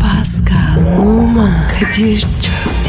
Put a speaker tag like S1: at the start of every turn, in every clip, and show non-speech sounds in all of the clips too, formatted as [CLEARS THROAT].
S1: Pascal, Oman, Kadir çok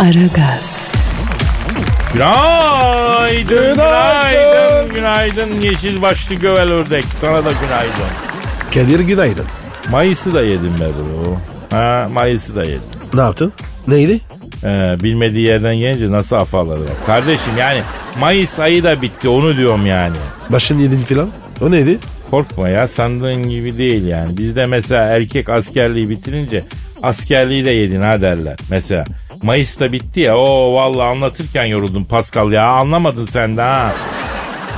S1: Aragaz,
S2: Günaydın, günaydın, günaydın. Yeşil başlı gövel ördek. Sana da günaydın.
S3: Kadir günaydın.
S2: Mayıs'ı da yedim be bro. Ha, Mayıs'ı da yedim.
S3: Ne yaptın? Neydi?
S2: Ee, bilmediği yerden gelince nasıl afalladı bak. Kardeşim yani Mayıs ayı da bitti onu diyorum yani.
S3: Başın yedin filan. O neydi?
S2: Korkma ya sandığın gibi değil yani. Bizde mesela erkek askerliği bitirince askerliği de yedin ha derler. Mesela Mayıs'ta bitti ya o vallahi anlatırken yoruldum Pascal ya anlamadın sen de ha.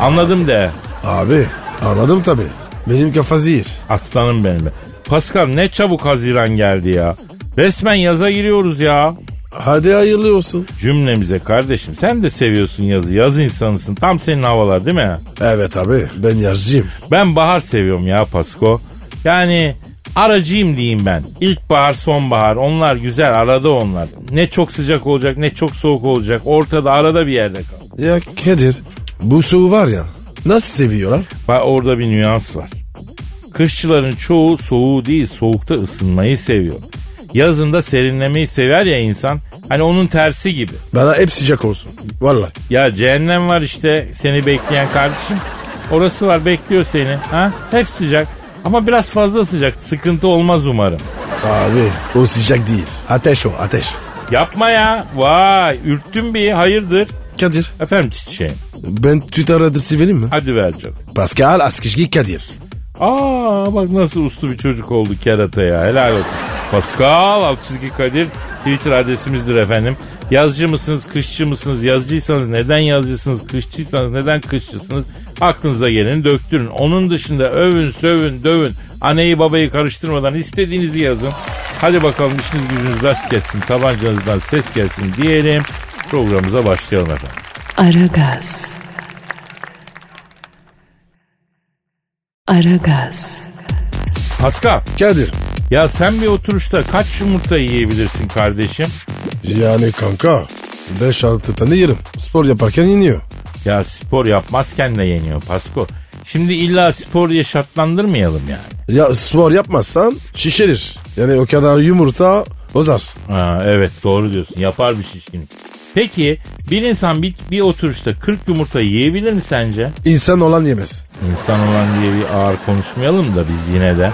S2: Anladım de.
S3: Abi anladım tabi. Benim kafa zehir.
S2: Aslanım benim. be. Pascal ne çabuk Haziran geldi ya. Resmen yaza giriyoruz ya.
S3: Hadi hayırlı olsun.
S2: Cümlemize kardeşim sen de seviyorsun yazı. Yaz insanısın. Tam senin havalar değil mi?
S3: Evet abi ben yazcıyım.
S2: Ben bahar seviyorum ya Pasko. Yani aracıyım diyeyim ben. İlkbahar, sonbahar onlar güzel arada onlar. Ne çok sıcak olacak ne çok soğuk olacak. Ortada arada bir yerde kal.
S3: Ya Kadir bu soğuğu var ya nasıl seviyorlar?
S2: Bak orada bir nüans var. Kışçıların çoğu soğuğu değil soğukta ısınmayı seviyor. Yazında serinlemeyi sever ya insan. Hani onun tersi gibi.
S3: Bana hep sıcak olsun. Vallahi.
S2: Ya cehennem var işte seni bekleyen kardeşim. Orası var bekliyor seni. Ha? Hep sıcak. Ama biraz fazla sıcak. Sıkıntı olmaz umarım.
S3: Abi o sıcak değil. Ateş o ateş.
S2: Yapma ya. Vay ürktün bir hayırdır.
S3: Kadir
S2: Efendim çiçeğim.
S3: ben Twitter adresi vereyim mi?
S2: Hadi ver canım.
S3: Pascal Askizgi Kadir.
S2: Aa bak nasıl uslu bir çocuk oldu kerata ya helal olsun. Pascal alt çizgi Kadir Twitter adresimizdir efendim. Yazıcı mısınız, kışçı mısınız, yazıcıysanız neden yazıcısınız, kışçıysanız neden kışçısınız aklınıza geleni döktürün. Onun dışında övün, sövün, dövün. Aneyi babayı karıştırmadan istediğinizi yazın. Hadi bakalım işiniz gücünüz rast gelsin, tabancanızdan ses gelsin diyelim. Programımıza başlayalım efendim.
S1: Aragaz. Aragaz,
S2: Pascal,
S3: Kadir.
S2: ya sen bir oturuşta kaç yumurta yiyebilirsin kardeşim?
S3: Yani kanka 5-6 tane yerim. Spor yaparken iniyor.
S2: Ya spor yapmazken de yeniyor Pasko. Şimdi illa spor diye şartlandırmayalım yani.
S3: Ya spor yapmazsan şişerir. Yani o kadar yumurta bozar.
S2: Ha, evet doğru diyorsun yapar bir şişkinlik. Peki bir insan bir, bir oturuşta 40 yumurta yiyebilir mi sence?
S3: İnsan olan yemez.
S2: İnsan olan diye bir ağır konuşmayalım da biz yine de.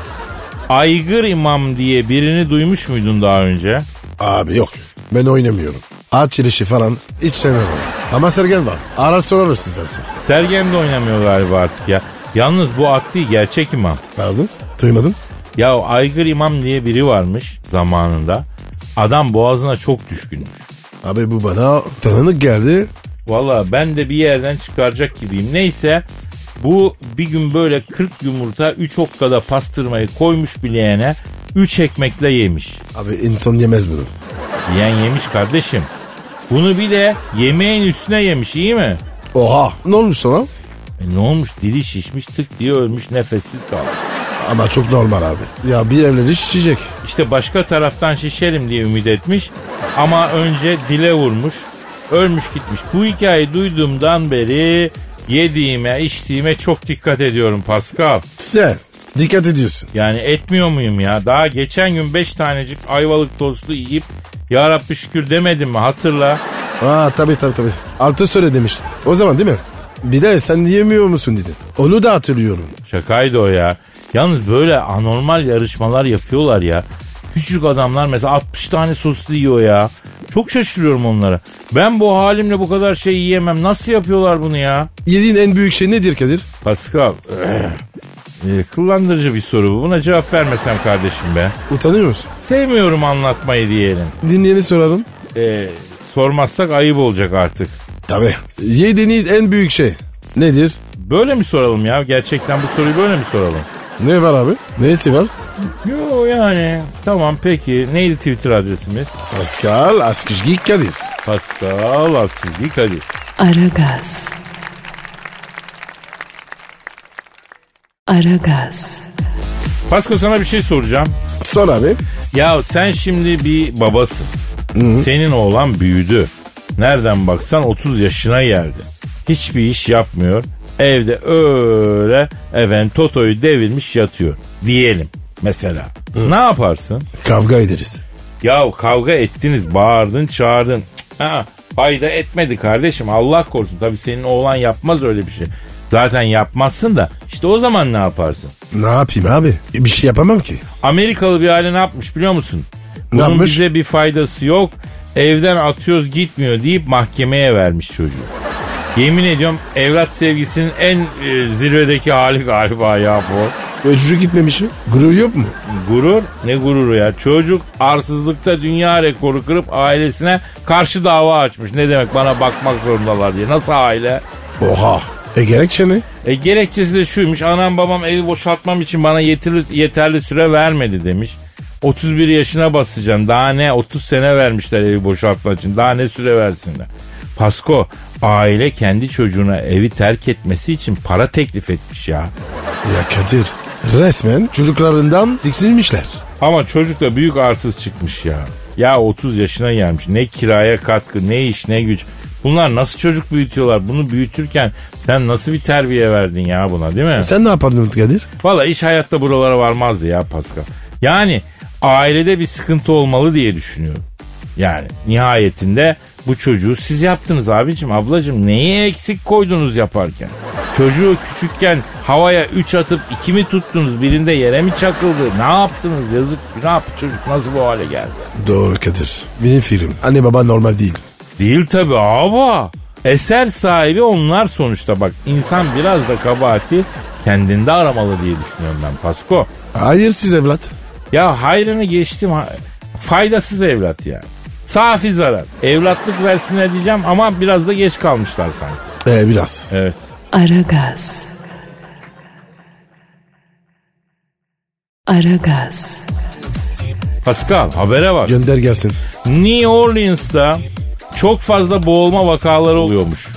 S2: Aygır imam diye birini duymuş muydun daha önce?
S3: Abi yok. Ben oynamıyorum. At yarışı falan hiç sevmem. onu. Ama Sergen var. Arar sorarsın sensin.
S2: Sergen de oynamıyor galiba artık ya. Yalnız bu at değil gerçek imam.
S3: Pardon? Duymadım.
S2: Ya Aygır imam diye biri varmış zamanında. Adam boğazına çok düşkünmüş.
S3: Abi bu bana tanıdık geldi.
S2: Valla ben de bir yerden çıkaracak gibiyim. Neyse bu bir gün böyle 40 yumurta 3 okkada pastırmayı koymuş bileğene 3 ekmekle yemiş.
S3: Abi insan yemez bunu.
S2: Yiyen yemiş kardeşim. Bunu bir de yemeğin üstüne yemiş iyi mi?
S3: Oha. Ne olmuş sana?
S2: E ne olmuş dili şişmiş tık diye ölmüş nefessiz kalmış.
S3: Ama çok normal abi. Ya bir evleri şişecek.
S2: İşte başka taraftan şişerim diye ümit etmiş ama önce dile vurmuş. Ölmüş gitmiş. Bu hikayeyi duyduğumdan beri yediğime içtiğime çok dikkat ediyorum Pascal.
S3: Sen dikkat ediyorsun.
S2: Yani etmiyor muyum ya? Daha geçen gün 5 tanecik ayvalık tostu yiyip ya Rabbi şükür demedim mi hatırla.
S3: Aa tabii tabii tabii. Altı söyle demiştin. O zaman değil mi? Bir de sen yemiyor musun dedin. Onu da hatırlıyorum.
S2: Şakaydı o ya. Yalnız böyle anormal yarışmalar yapıyorlar ya. Küçük adamlar mesela 60 tane soslu yiyor ya. Çok şaşırıyorum onlara. Ben bu halimle bu kadar şey yiyemem. Nasıl yapıyorlar bunu ya?
S3: Yediğin en büyük şey nedir Kadir?
S2: Pascal. [CLEARS THROAT] eh, Kullandırıcı bir soru bu. Buna cevap vermesem kardeşim be.
S3: Utanıyor musun?
S2: Sevmiyorum anlatmayı diyelim.
S3: Dinleyeni soralım.
S2: Eh, sormazsak ayıp olacak artık.
S3: Tabii. Yediğiniz en büyük şey nedir?
S2: Böyle mi soralım ya? Gerçekten bu soruyu böyle mi soralım?
S3: Ne var abi? Neyse var?
S2: Yo yani. Tamam peki. Neydi Twitter adresimiz?
S3: Pascal Askışgi Kadir.
S2: Pascal Altçizgi Kadir.
S1: Aragaz. Aragaz.
S2: Pascal sana bir şey soracağım.
S3: Son abi.
S2: Ya sen şimdi bir babasın. Senin oğlan büyüdü. Nereden baksan 30 yaşına geldi. Hiçbir iş yapmıyor. Evde öyle efendim Toto'yu devirmiş yatıyor. Diyelim mesela. Ne yaparsın?
S3: Kavga ederiz.
S2: Ya kavga ettiniz, bağırdın, çağırdın. Cık, Ha, fayda etmedi kardeşim. Allah korusun. Tabii senin oğlan yapmaz öyle bir şey. Zaten yapmazsın da işte o zaman ne yaparsın?
S3: Ne yapayım abi? E, Bir şey yapamam ki.
S2: Amerikalı bir aile ne yapmış biliyor musun?
S3: Ne
S2: Bunun
S3: yapmış?
S2: bize bir faydası yok. Evden atıyoruz gitmiyor deyip mahkemeye vermiş çocuğu. Yemin ediyorum evlat sevgisinin en e, zirvedeki hali galiba ya bu.
S3: Öcürü gitmemiş mi? Gurur yok mu?
S2: Gurur ne gururu ya çocuk arsızlıkta dünya rekoru kırıp ailesine karşı dava açmış. Ne demek bana bakmak zorundalar diye. Nasıl aile?
S3: Oha. E gerekçe ne?
S2: E, gerekçesi de şuymuş anam babam evi boşaltmam için bana yeterli, yeterli süre vermedi demiş. 31 yaşına basacağım daha ne 30 sene vermişler evi boşaltmak için daha ne süre versinler. Pasko aile kendi çocuğuna evi terk etmesi için para teklif etmiş ya.
S3: Ya Kadir resmen çocuklarından tiksinmişler.
S2: Ama çocuk da büyük arsız çıkmış ya. Ya 30 yaşına gelmiş. Ne kiraya katkı, ne iş, ne güç. Bunlar nasıl çocuk büyütüyorlar? Bunu büyütürken sen nasıl bir terbiye verdin ya buna değil mi?
S3: Sen ne yapardın Kadir?
S2: Valla iş hayatta buralara varmazdı ya Pascal. Yani ailede bir sıkıntı olmalı diye düşünüyorum. Yani nihayetinde bu çocuğu siz yaptınız abicim ablacım neyi eksik koydunuz yaparken? Çocuğu küçükken havaya 3 atıp 2 mi tuttunuz birinde yere mi çakıldı? Ne yaptınız yazık günah çocuk nasıl bu hale geldi?
S3: Doğru Kadir. Benim fikrim. Anne baba normal değil.
S2: Değil tabi abi. Eser sahibi onlar sonuçta bak insan biraz da kabahati kendinde aramalı diye düşünüyorum ben Pasko.
S3: Hayır siz evlat.
S2: Ya hayrını geçtim. ha- Faydasız evlat ya. Safi zarar. Evlatlık versinler diyeceğim ama biraz da geç kalmışlar sanki.
S3: E biraz.
S2: Evet.
S1: Aragaz. Aragaz.
S2: Pascal habere bak.
S3: Gönder gelsin.
S2: New Orleans'ta çok fazla boğulma vakaları oluyormuş.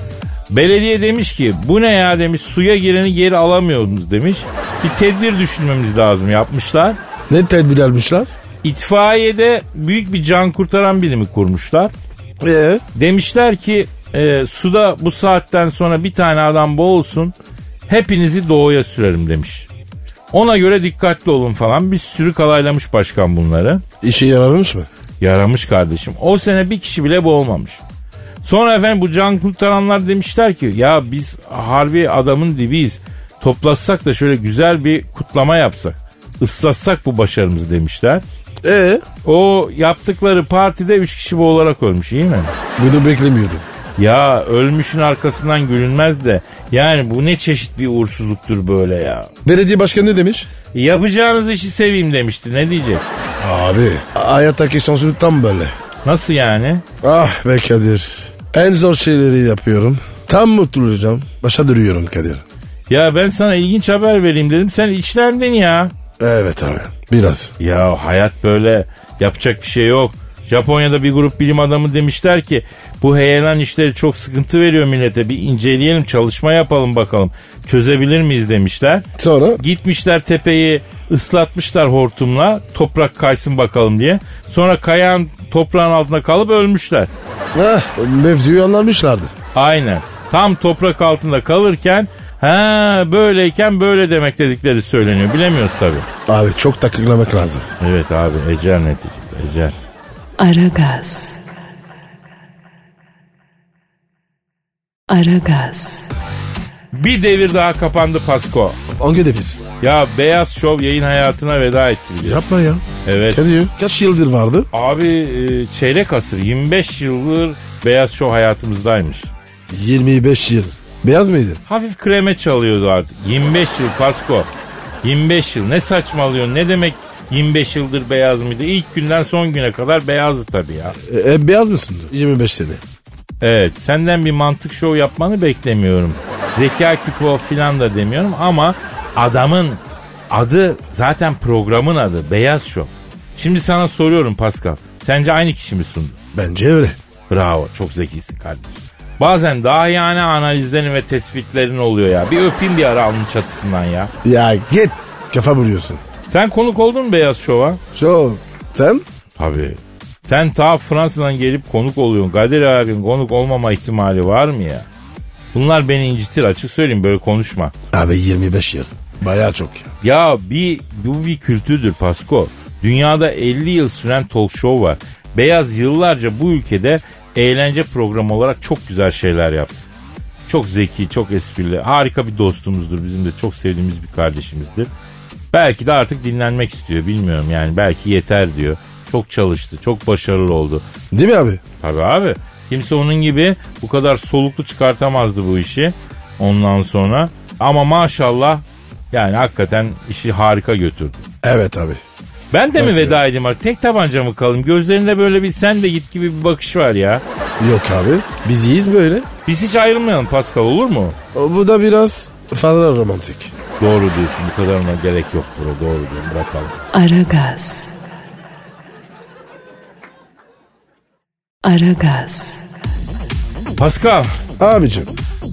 S2: Belediye demiş ki bu ne ya demiş suya gireni geri alamıyoruz demiş. Bir tedbir düşünmemiz lazım yapmışlar.
S3: Ne tedbir almışlar?
S2: İtfaiyede büyük bir can kurtaran birimi kurmuşlar.
S3: Ee?
S2: Demişler ki e, suda bu saatten sonra bir tane adam boğulsun hepinizi doğuya sürerim demiş. Ona göre dikkatli olun falan bir sürü kalaylamış başkan bunları.
S3: İşe yararmış mı?
S2: Yaramış kardeşim. O sene bir kişi bile boğulmamış. Sonra efendim bu can kurtaranlar demişler ki ya biz harbi adamın dibiyiz. Toplatsak da şöyle güzel bir kutlama yapsak. Islatsak bu başarımızı demişler.
S3: Ee?
S2: O yaptıkları partide 3 kişi boğularak ölmüş iyi mi?
S3: Bunu beklemiyordum.
S2: Ya ölmüşün arkasından gülünmez de yani bu ne çeşit bir uğursuzluktur böyle ya.
S3: Belediye başkanı ne demiş?
S2: Yapacağınız işi seveyim demişti ne diyecek?
S3: Abi hayattaki şansım tam böyle.
S2: Nasıl yani?
S3: Ah be Kadir. En zor şeyleri yapıyorum. Tam mutlu olacağım. Başa duruyorum Kadir.
S2: Ya ben sana ilginç haber vereyim dedim sen içlendin ya.
S3: Evet abi. Biraz.
S2: Ya hayat böyle yapacak bir şey yok. Japonya'da bir grup bilim adamı demişler ki bu heyelan işleri çok sıkıntı veriyor millete bir inceleyelim çalışma yapalım bakalım çözebilir miyiz demişler.
S3: Sonra?
S2: Gitmişler tepeyi ıslatmışlar hortumla toprak kaysın bakalım diye. Sonra kayan toprağın altında kalıp ölmüşler.
S3: Ah, mevzuyu anlamışlardı.
S2: Aynen. Tam toprak altında kalırken ha böyleyken böyle demek dedikleri söyleniyor. Bilemiyoruz tabii.
S3: Abi çok takıklamak lazım.
S2: Evet abi ecel neticede ecel.
S1: Aragaz. Aragaz.
S2: Bir devir daha kapandı Pasko.
S3: Hangi devir?
S2: Ya Beyaz Şov yayın hayatına veda etti. biliyor.
S3: Yapma ya.
S2: Evet.
S3: Kadir kaç yıldır vardı?
S2: Abi e, çeyrek asır 25 yıldır Beyaz Şov hayatımızdaymış.
S3: 25 yıl. Beyaz mıydı?
S2: Hafif kreme çalıyordu artık. 25 yıl Pasko. 25 yıl ne saçmalıyorsun ne demek 25 yıldır beyaz mıydı? İlk günden son güne kadar beyazdı tabii ya.
S3: E, e, beyaz mısın? 25 sene.
S2: Evet senden bir mantık şov yapmanı beklemiyorum. Zeka küpü o filan da demiyorum ama adamın Adı zaten programın adı Beyaz Şov. Şimdi sana soruyorum Pascal. Sence aynı kişi mi sundu?
S3: Bence öyle.
S2: Bravo çok zekisin kardeşim. Bazen daha yani analizlerin ve tespitlerin oluyor ya. Bir öpeyim bir ara alnın çatısından ya.
S3: Ya git kafa buluyorsun.
S2: Sen konuk oldun mu Beyaz Şov'a?
S3: Çok. Sen?
S2: Tabii. Sen ta Fransa'dan gelip konuk oluyorsun. Kadir abim konuk olmama ihtimali var mı ya? Bunlar beni incitir açık söyleyeyim böyle konuşma.
S3: Abi 25 yıl. Bayağı çok ya.
S2: Ya bir bu bir kültürdür Pasko. Dünyada 50 yıl süren talk show var. Beyaz yıllarca bu ülkede eğlence programı olarak çok güzel şeyler yaptı. Çok zeki, çok esprili, harika bir dostumuzdur. Bizim de çok sevdiğimiz bir kardeşimizdir. Belki de artık dinlenmek istiyor bilmiyorum yani. Belki yeter diyor. Çok çalıştı, çok başarılı oldu.
S3: Değil mi abi?
S2: Tabii abi. Kimse onun gibi bu kadar soluklu çıkartamazdı bu işi ondan sonra. Ama maşallah yani hakikaten işi harika götürdü.
S3: Evet abi.
S2: Ben de mi
S3: Nasıl
S2: veda edeyim artık? Tek tabanca mı kalayım? Gözlerinde böyle bir sen de git gibi bir bakış var ya.
S3: Yok abi. Biz iyiyiz böyle.
S2: Biz hiç ayrılmayalım Pascal olur mu?
S3: O, bu da biraz fazla romantik.
S2: Doğru diyorsun bu kadarına gerek yok bro doğru diyorsun bırakalım.
S1: Aragaz. Aragaz.
S2: Pascal
S3: Abicim.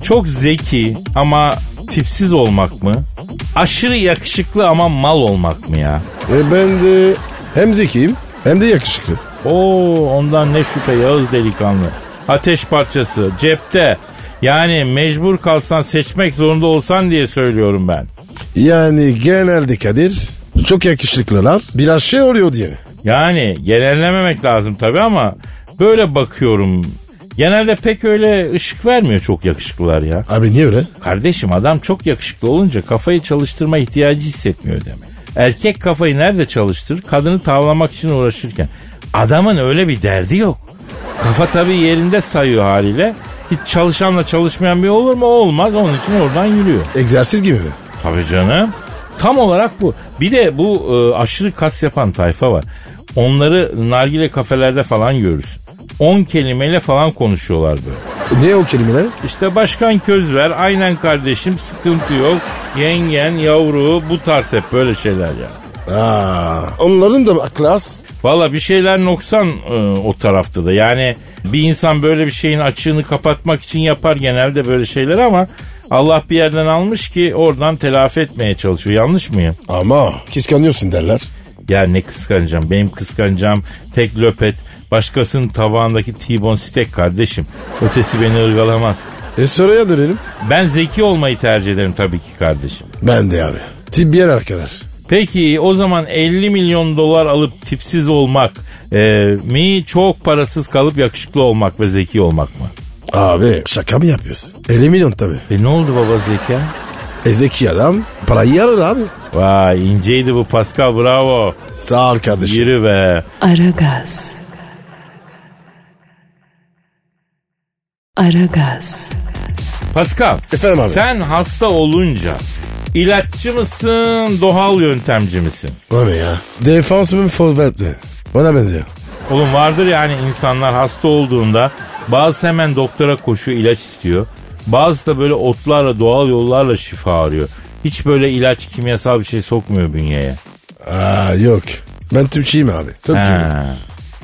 S2: çok zeki ama tipsiz olmak mı? Aşırı yakışıklı ama mal olmak mı ya?
S3: E ben de hem zekiyim hem de yakışıklı.
S2: Oo ondan ne şüphe Yağız delikanlı. Ateş parçası cepte. Yani mecbur kalsan seçmek zorunda olsan diye söylüyorum ben.
S3: Yani genelde Kadir çok yakışıklılar biraz şey oluyor diye.
S2: Yani genellememek lazım tabii ama böyle bakıyorum. Genelde pek öyle ışık vermiyor çok yakışıklılar ya.
S3: Abi niye öyle?
S2: Kardeşim adam çok yakışıklı olunca kafayı çalıştırma ihtiyacı hissetmiyor demek. Erkek kafayı nerede çalıştırır? Kadını tavlamak için uğraşırken. Adamın öyle bir derdi yok. Kafa tabii yerinde sayıyor haliyle. Hiç çalışanla çalışmayan bir olur mu? Olmaz. Onun için oradan yürüyor.
S3: Egzersiz gibi mi?
S2: Tabii canım. Tam olarak bu. Bir de bu e, aşırı kas yapan tayfa var. Onları nargile kafelerde falan görürsün. 10 kelimeyle falan konuşuyorlar böyle.
S3: Ne o kelimeler?
S2: İşte başkan közler, aynen kardeşim sıkıntı yok. Yengen, yavru bu tarz hep böyle şeyler ya.
S3: Aa, onların da aklı az.
S2: Valla bir şeyler noksan e, o tarafta da. Yani bir insan böyle bir şeyin açığını kapatmak için yapar genelde böyle şeyler ama Allah bir yerden almış ki oradan telafi etmeye çalışıyor. Yanlış mıyım?
S3: Ama kıskanıyorsun derler.
S2: Ya ne kıskanacağım? Benim kıskanacağım tek löpet. Başkasının tabağındaki T-bone steak kardeşim. Ötesi beni ırgalamaz.
S3: E soruya dönelim.
S2: Ben zeki olmayı tercih ederim tabii ki kardeşim.
S3: Ben de abi. Tip bir yer kadar.
S2: Peki o zaman 50 milyon dolar alıp tipsiz olmak e, mi çok parasız kalıp yakışıklı olmak ve zeki olmak mı?
S3: Abi şaka mı yapıyorsun? 50 milyon tabii.
S2: E ne oldu baba zeka?
S3: E zeki adam parayı yarar abi.
S2: Vay inceydi bu Pascal bravo.
S3: Sağ ol kardeşim.
S2: Yürü be.
S1: Aragaz. Aragaz.
S2: Pascal.
S3: Efendim abi.
S2: Sen hasta olunca ilaççı mısın doğal yöntemci misin?
S3: O ne ya? Defans mı forvet mi? Ona benziyor.
S2: Oğlum vardır yani insanlar hasta olduğunda bazı hemen doktora koşuyor ilaç istiyor. Bazısı da böyle otlarla doğal yollarla şifa arıyor. Hiç böyle ilaç kimyasal bir şey sokmuyor bünyeye.
S3: Aa yok. Ben tipçiyim abi. Çok iyi.
S2: Ha.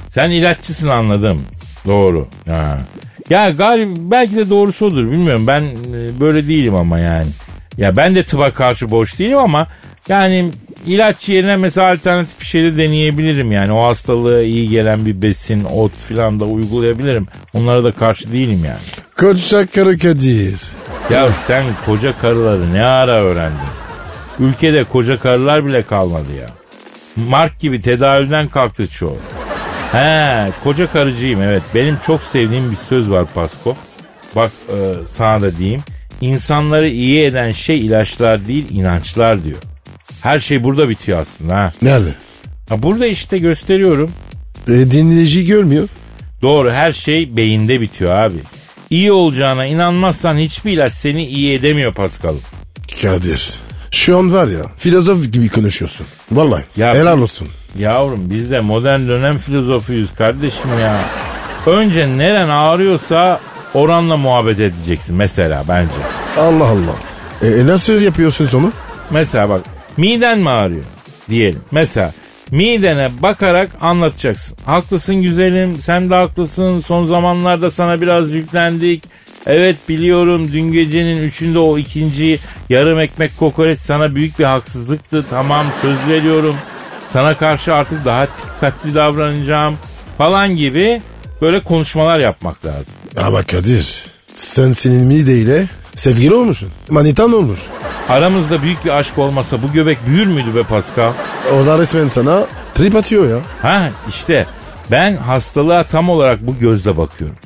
S2: Sen ilaççısın anladım. Doğru. Ha. Ya galip belki de doğrusu odur bilmiyorum. Ben e, böyle değilim ama yani. Ya ben de tıba karşı boş değilim ama yani ilaç yerine mesela alternatif bir şey de deneyebilirim yani. O hastalığa iyi gelen bir besin, ot filan da uygulayabilirim. Onlara da karşı değilim yani.
S3: Koçak karı Kadir.
S2: Ya sen koca karıları ne ara öğrendin? Ülkede koca karılar bile kalmadı ya. Mark gibi tedavülden kalktı çoğu. He koca karıcıyım evet. Benim çok sevdiğim bir söz var Pasko. Bak e, sana da diyeyim. İnsanları iyi eden şey ilaçlar değil inançlar diyor. Her şey burada bitiyor aslında ha.
S3: Nerede?
S2: Ha, Burada işte gösteriyorum.
S3: E, dinleyici görmüyor.
S2: Doğru her şey beyinde bitiyor abi. İyi olacağına inanmazsan hiçbir ilaç seni iyi edemiyor Paskal'ım.
S3: Kadir. Şu an var ya filozof gibi konuşuyorsun. Vallahi.
S2: Ya-
S3: helal olsun.
S2: Yavrum biz de modern dönem filozofuyuz kardeşim ya. Önce neren ağrıyorsa oranla muhabbet edeceksin mesela bence.
S3: Allah Allah. E, e, nasıl yapıyorsunuz onu?
S2: Mesela bak Miden mi ağrıyor? Diyelim. Mesela midene bakarak anlatacaksın. Haklısın güzelim, sen de haklısın. Son zamanlarda sana biraz yüklendik. Evet biliyorum dün gecenin üçünde o ikinci yarım ekmek kokoreç sana büyük bir haksızlıktı. Tamam söz veriyorum. Sana karşı artık daha dikkatli davranacağım falan gibi böyle konuşmalar yapmak lazım.
S3: Ama Kadir sen senin mideyle sevgili olmuşsun. Manitan olmuş.
S2: Aramızda büyük bir aşk olmasa bu göbek büyür müydü be Pascal?
S3: O da resmen sana trip atıyor ya.
S2: Ha işte ben hastalığa tam olarak bu gözle bakıyorum.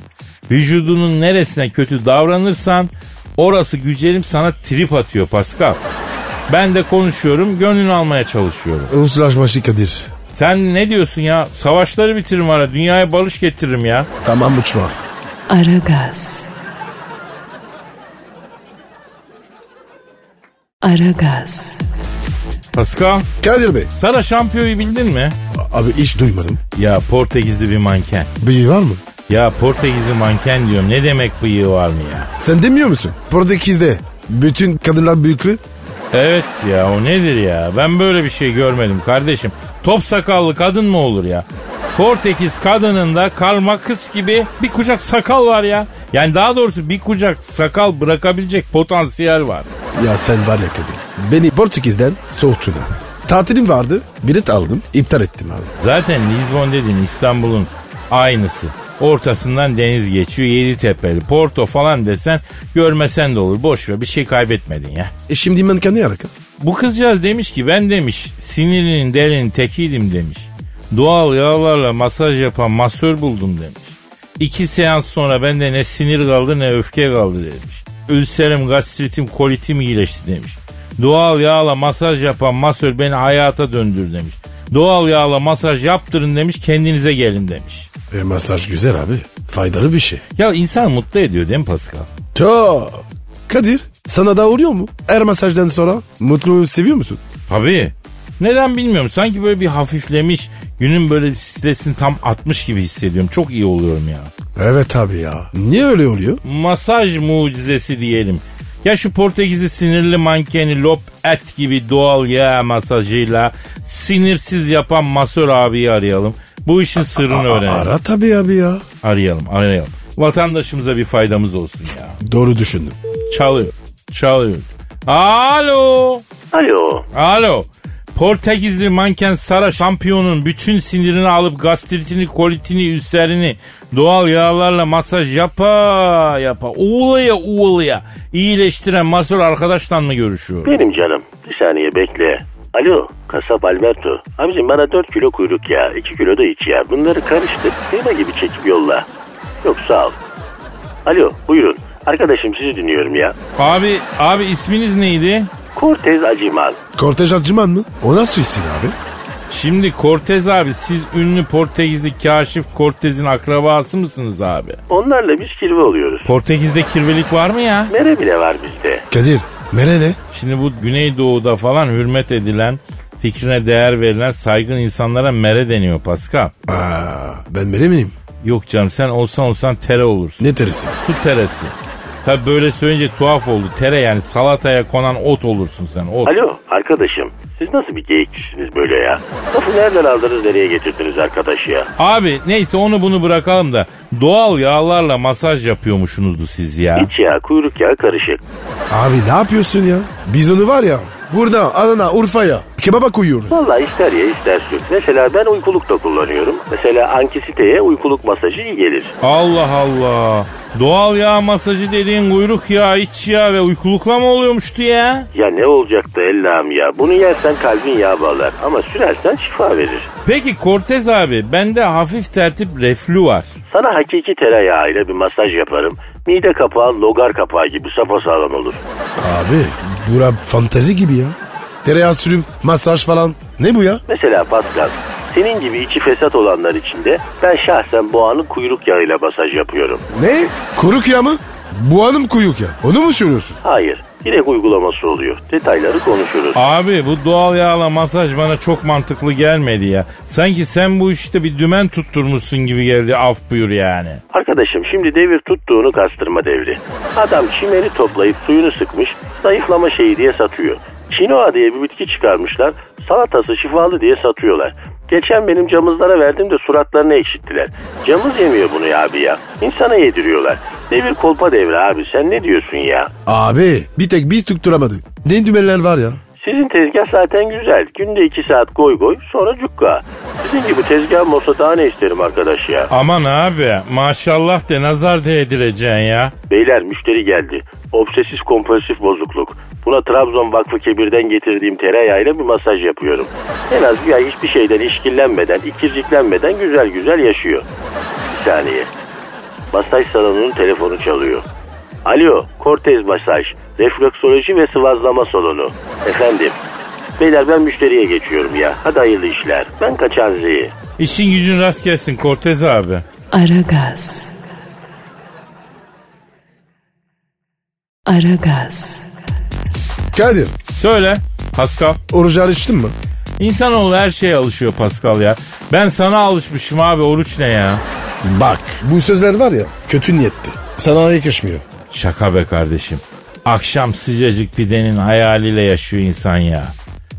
S2: Vücudunun neresine kötü davranırsan orası gücelim sana trip atıyor Pascal. Ben de konuşuyorum gönlünü almaya çalışıyorum.
S3: Uluslaşmaşı Kadir.
S2: Sen ne diyorsun ya? Savaşları bitiririm ara dünyaya barış getiririm ya.
S3: Tamam uçma.
S1: Aragaz. Aragaz.
S2: Pascal
S3: Kadir Bey.
S2: sana şampiyoyu bildin mi?
S3: Abi hiç duymadım.
S2: Ya Portekizli bir manken.
S3: Bıyığı var mı?
S2: Ya Portekizli manken diyorum ne demek bıyığı var mı ya?
S3: Sen demiyor musun? Portekiz'de bütün kadınlar büyüklü.
S2: Evet ya o nedir ya? Ben böyle bir şey görmedim kardeşim. Top sakallı kadın mı olur ya? Portekiz kadınında Karl Marx gibi bir kucak sakal var ya. Yani daha doğrusu bir kucak sakal bırakabilecek potansiyel var.
S3: Ya sen var ya Kadir. Beni Portekiz'den soğuttun abi. Tatilim vardı. Bilet aldım. iptal ettim abi.
S2: Zaten Lisbon dediğin İstanbul'un aynısı. Ortasından deniz geçiyor yedi tepeli. Porto falan desen görmesen de olur. Boş ver bir şey kaybetmedin ya.
S3: E şimdi manken ne alaka?
S2: Bu kızcağız demiş ki ben demiş sinirinin delinin tekiydim demiş. Doğal yağlarla masaj yapan masör buldum demiş. İki seans sonra bende ne sinir kaldı ne öfke kaldı demiş. Ülserim, gastritim, kolitim iyileşti demiş. Doğal yağla masaj yapan masör beni hayata döndür demiş. Doğal yağla masaj yaptırın demiş kendinize gelin demiş.
S3: E masaj güzel abi. Faydalı bir şey.
S2: Ya insan mutlu ediyor değil mi Pascal?
S3: Ya Kadir sana da oluyor mu? Her masajdan sonra mutlu seviyor musun?
S2: Tabii. Neden bilmiyorum. Sanki böyle bir hafiflemiş, günün böyle bir stresini tam atmış gibi hissediyorum. Çok iyi oluyorum ya.
S3: Evet abi ya. Niye öyle oluyor?
S2: Masaj mucizesi diyelim. Ya şu Portekizli sinirli mankeni lop et gibi doğal yağ masajıyla sinirsiz yapan masör abiyi arayalım. Bu
S3: [LAUGHS]
S2: işin sırrını öğrenelim.
S3: Ara tabii abi ya.
S2: Arayalım, arayalım. Vatandaşımıza bir faydamız olsun ya.
S3: Doğru düşündüm.
S2: Çalıyor, çalıyor. Alo.
S4: Alo.
S2: Alo. Portekizli manken Sara şampiyonun bütün sinirini alıp gastritini, kolitini, ülserini doğal yağlarla masaj yapa yapa uğulaya uğulaya iyileştiren masör arkadaştan mı görüşüyor?
S4: Benim canım. Bir saniye bekle. Alo. Kasap Alberto. Abicim bana 4 kilo kuyruk ya. 2 kilo da iç ya. Bunları karıştır. Kıyma gibi çekip yolla. Yok sağ ol. Alo. Buyurun. Arkadaşım sizi dinliyorum ya.
S2: Abi, abi isminiz neydi?
S4: Cortez Acimal.
S3: Kortej Acıman mı? O nasıl isim abi?
S2: Şimdi Cortez abi siz ünlü Portekizli Kaşif Cortez'in akrabası mısınız abi?
S4: Onlarla biz kirve oluyoruz.
S2: Portekiz'de kirvelik var mı ya?
S4: Mere bile var bizde.
S3: Kadir. Mere ne?
S2: Şimdi bu Güneydoğu'da falan hürmet edilen, fikrine değer verilen saygın insanlara mere deniyor Pascal.
S3: Aa, ben mere miyim?
S2: Yok canım sen olsan olsan tere olursun.
S3: Ne terisi?
S2: Su teresi. Tabi böyle söyleyince tuhaf oldu. Tere yani salataya konan ot olursun sen. Ot.
S4: Alo arkadaşım siz nasıl bir geyikçisiniz böyle ya? Lafı nereden aldınız nereye getirdiniz arkadaş ya?
S2: Abi neyse onu bunu bırakalım da doğal yağlarla masaj yapıyormuşsunuzdu siz ya.
S4: İç ya kuyruk ya karışık.
S3: Abi ne yapıyorsun ya? Biz onu var ya burada Adana Urfa'ya kebaba koyuyoruz.
S4: Vallahi ister ye ister sür. Mesela ben uykuluk da kullanıyorum. Mesela ankisiteye uykuluk masajı iyi gelir.
S2: Allah Allah. Doğal yağ masajı dediğin kuyruk yağı, iç yağı ve uykulukla mı oluyormuştu ya?
S4: Ya ne olacaktı Ellam ya? Bunu yersen kalbin yağ bağlar ama sürersen şifa verir.
S2: Peki Cortez abi bende hafif tertip reflü var.
S4: Sana hakiki tereyağı ile bir masaj yaparım. Mide kapağı logar kapağı gibi sapasağlam olur.
S3: Abi bura fantezi gibi ya. Tereyağı sürüm, masaj falan. Ne bu ya?
S4: Mesela Pascal, senin gibi içi fesat olanlar için de ben şahsen boğanın kuyruk yağıyla masaj yapıyorum.
S3: Ne? Kuruk ya mı? Bu hanım kuyuk ya. Onu mu söylüyorsun?
S4: Hayır, direkt uygulaması oluyor. Detayları konuşuruz.
S2: Abi bu doğal yağla masaj bana çok mantıklı gelmedi ya. Sanki sen bu işte bir dümen tutturmuşsun gibi geldi af buyur yani.
S4: Arkadaşım şimdi devir tuttuğunu kastırma devri. Adam çimeri toplayıp suyunu sıkmış, zayıflama şeyi diye satıyor. Çinoa diye bir bitki çıkarmışlar. Salatası şifalı diye satıyorlar. Geçen benim camızlara verdim de suratlarını ekşittiler. Camız yemiyor bunu ya abi ya. İnsana yediriyorlar. Devir kolpa devri abi sen ne diyorsun ya?
S3: Abi bir tek biz tutturamadık. Ne dümenler var ya.
S4: Sizin tezgah zaten güzel. Günde iki saat goy goy sonra cukka. Sizin gibi tezgah olsa daha ne isterim arkadaş ya?
S2: Aman abi maşallah de nazar değdireceksin ya.
S4: Beyler müşteri geldi. Obsesif kompulsif bozukluk. Buna Trabzon Vakfı Kebir'den getirdiğim tereyağıyla bir masaj yapıyorum. En az bir ay hiçbir şeyden işkillenmeden, ikirciklenmeden güzel güzel yaşıyor. Bir saniye. Masaj salonunun telefonu çalıyor. Alo, Cortez Masaj, Refleksoloji ve Sıvazlama Salonu. Efendim, beyler ben müşteriye geçiyorum ya. Hadi hayırlı işler. Ben kaçan Z'yi.
S2: İşin gücün rast gelsin Cortez abi.
S1: Aragaz. Aragaz.
S3: Kadir
S2: Söyle Pascal.
S3: orucu açtın mı?
S2: İnsanoğlu her şeye alışıyor Pascal ya. Ben sana alışmışım abi oruç ne ya?
S3: Bak bu sözler var ya kötü niyetli. Sana yakışmıyor.
S2: Şaka be kardeşim. Akşam sıcacık pidenin hayaliyle yaşıyor insan ya.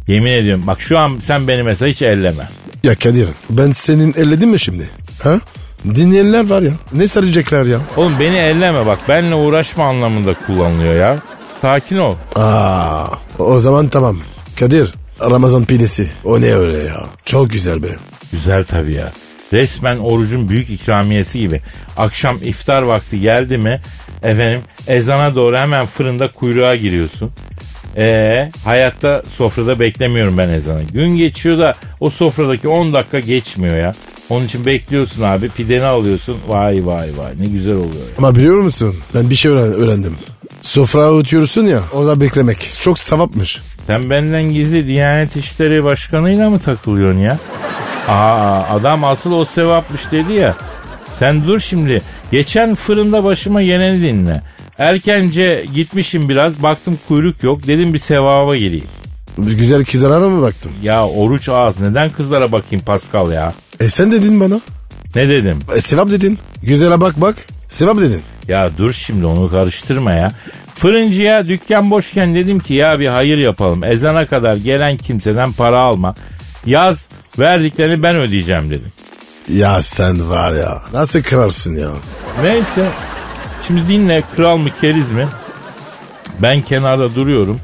S2: Yemin ediyorum bak şu an sen beni mesela hiç elleme.
S3: Ya Kadir ben senin elledim mi şimdi? Ha? Dinleyenler var ya ne saracaklar ya.
S2: Oğlum beni elleme bak benle uğraşma anlamında kullanılıyor ya. Sakin ol.
S3: Aa, o zaman tamam. Kadir Ramazan pidesi o ne öyle ya. Çok güzel be.
S2: Güzel tabii ya. Resmen orucun büyük ikramiyesi gibi. Akşam iftar vakti geldi mi efendim ezana doğru hemen fırında kuyruğa giriyorsun. Ee, hayatta sofrada beklemiyorum ben ezanı. Gün geçiyor da o sofradaki 10 dakika geçmiyor ya. Onun için bekliyorsun abi pideni alıyorsun. Vay vay vay ne güzel oluyor ya.
S3: Ama biliyor musun ben bir şey öğren- öğrendim. Sofraya oturuyorsun ya orada beklemek çok savapmış.
S2: Sen benden gizli Diyanet İşleri Başkanı'yla mı takılıyorsun ya? Aa adam asıl o sevapmış dedi ya. Sen dur şimdi. Geçen fırında başıma geleni dinle. Erkence gitmişim biraz baktım kuyruk yok dedim bir sevaba gireyim.
S3: Güzel kızlara mı baktım?
S2: Ya oruç ağız neden kızlara bakayım Pascal ya?
S3: E sen dedin bana.
S2: Ne dedim?
S3: E, sevap dedin. Güzele bak bak. Sevap dedin.
S2: Ya dur şimdi onu karıştırma ya. Fırıncıya dükkan boşken dedim ki ya bir hayır yapalım. Ezana kadar gelen kimseden para alma. Yaz verdiklerini ben ödeyeceğim dedim.
S3: Ya sen var ya. Nasıl kırarsın ya?
S2: Neyse. Şimdi dinle kral mı keriz mi? Ben kenarda duruyorum.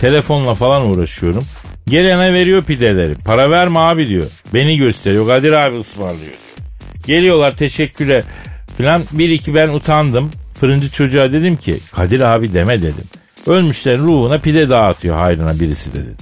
S2: Telefonla falan uğraşıyorum. Gelene veriyor pideleri. Para verme abi diyor. Beni gösteriyor. Kadir abi ısmarlıyor. Geliyorlar teşekküre filan. Bir iki ben utandım. Fırıncı çocuğa dedim ki Kadir abi deme dedim. Ölmüşlerin ruhuna pide dağıtıyor hayrına birisi de dedim.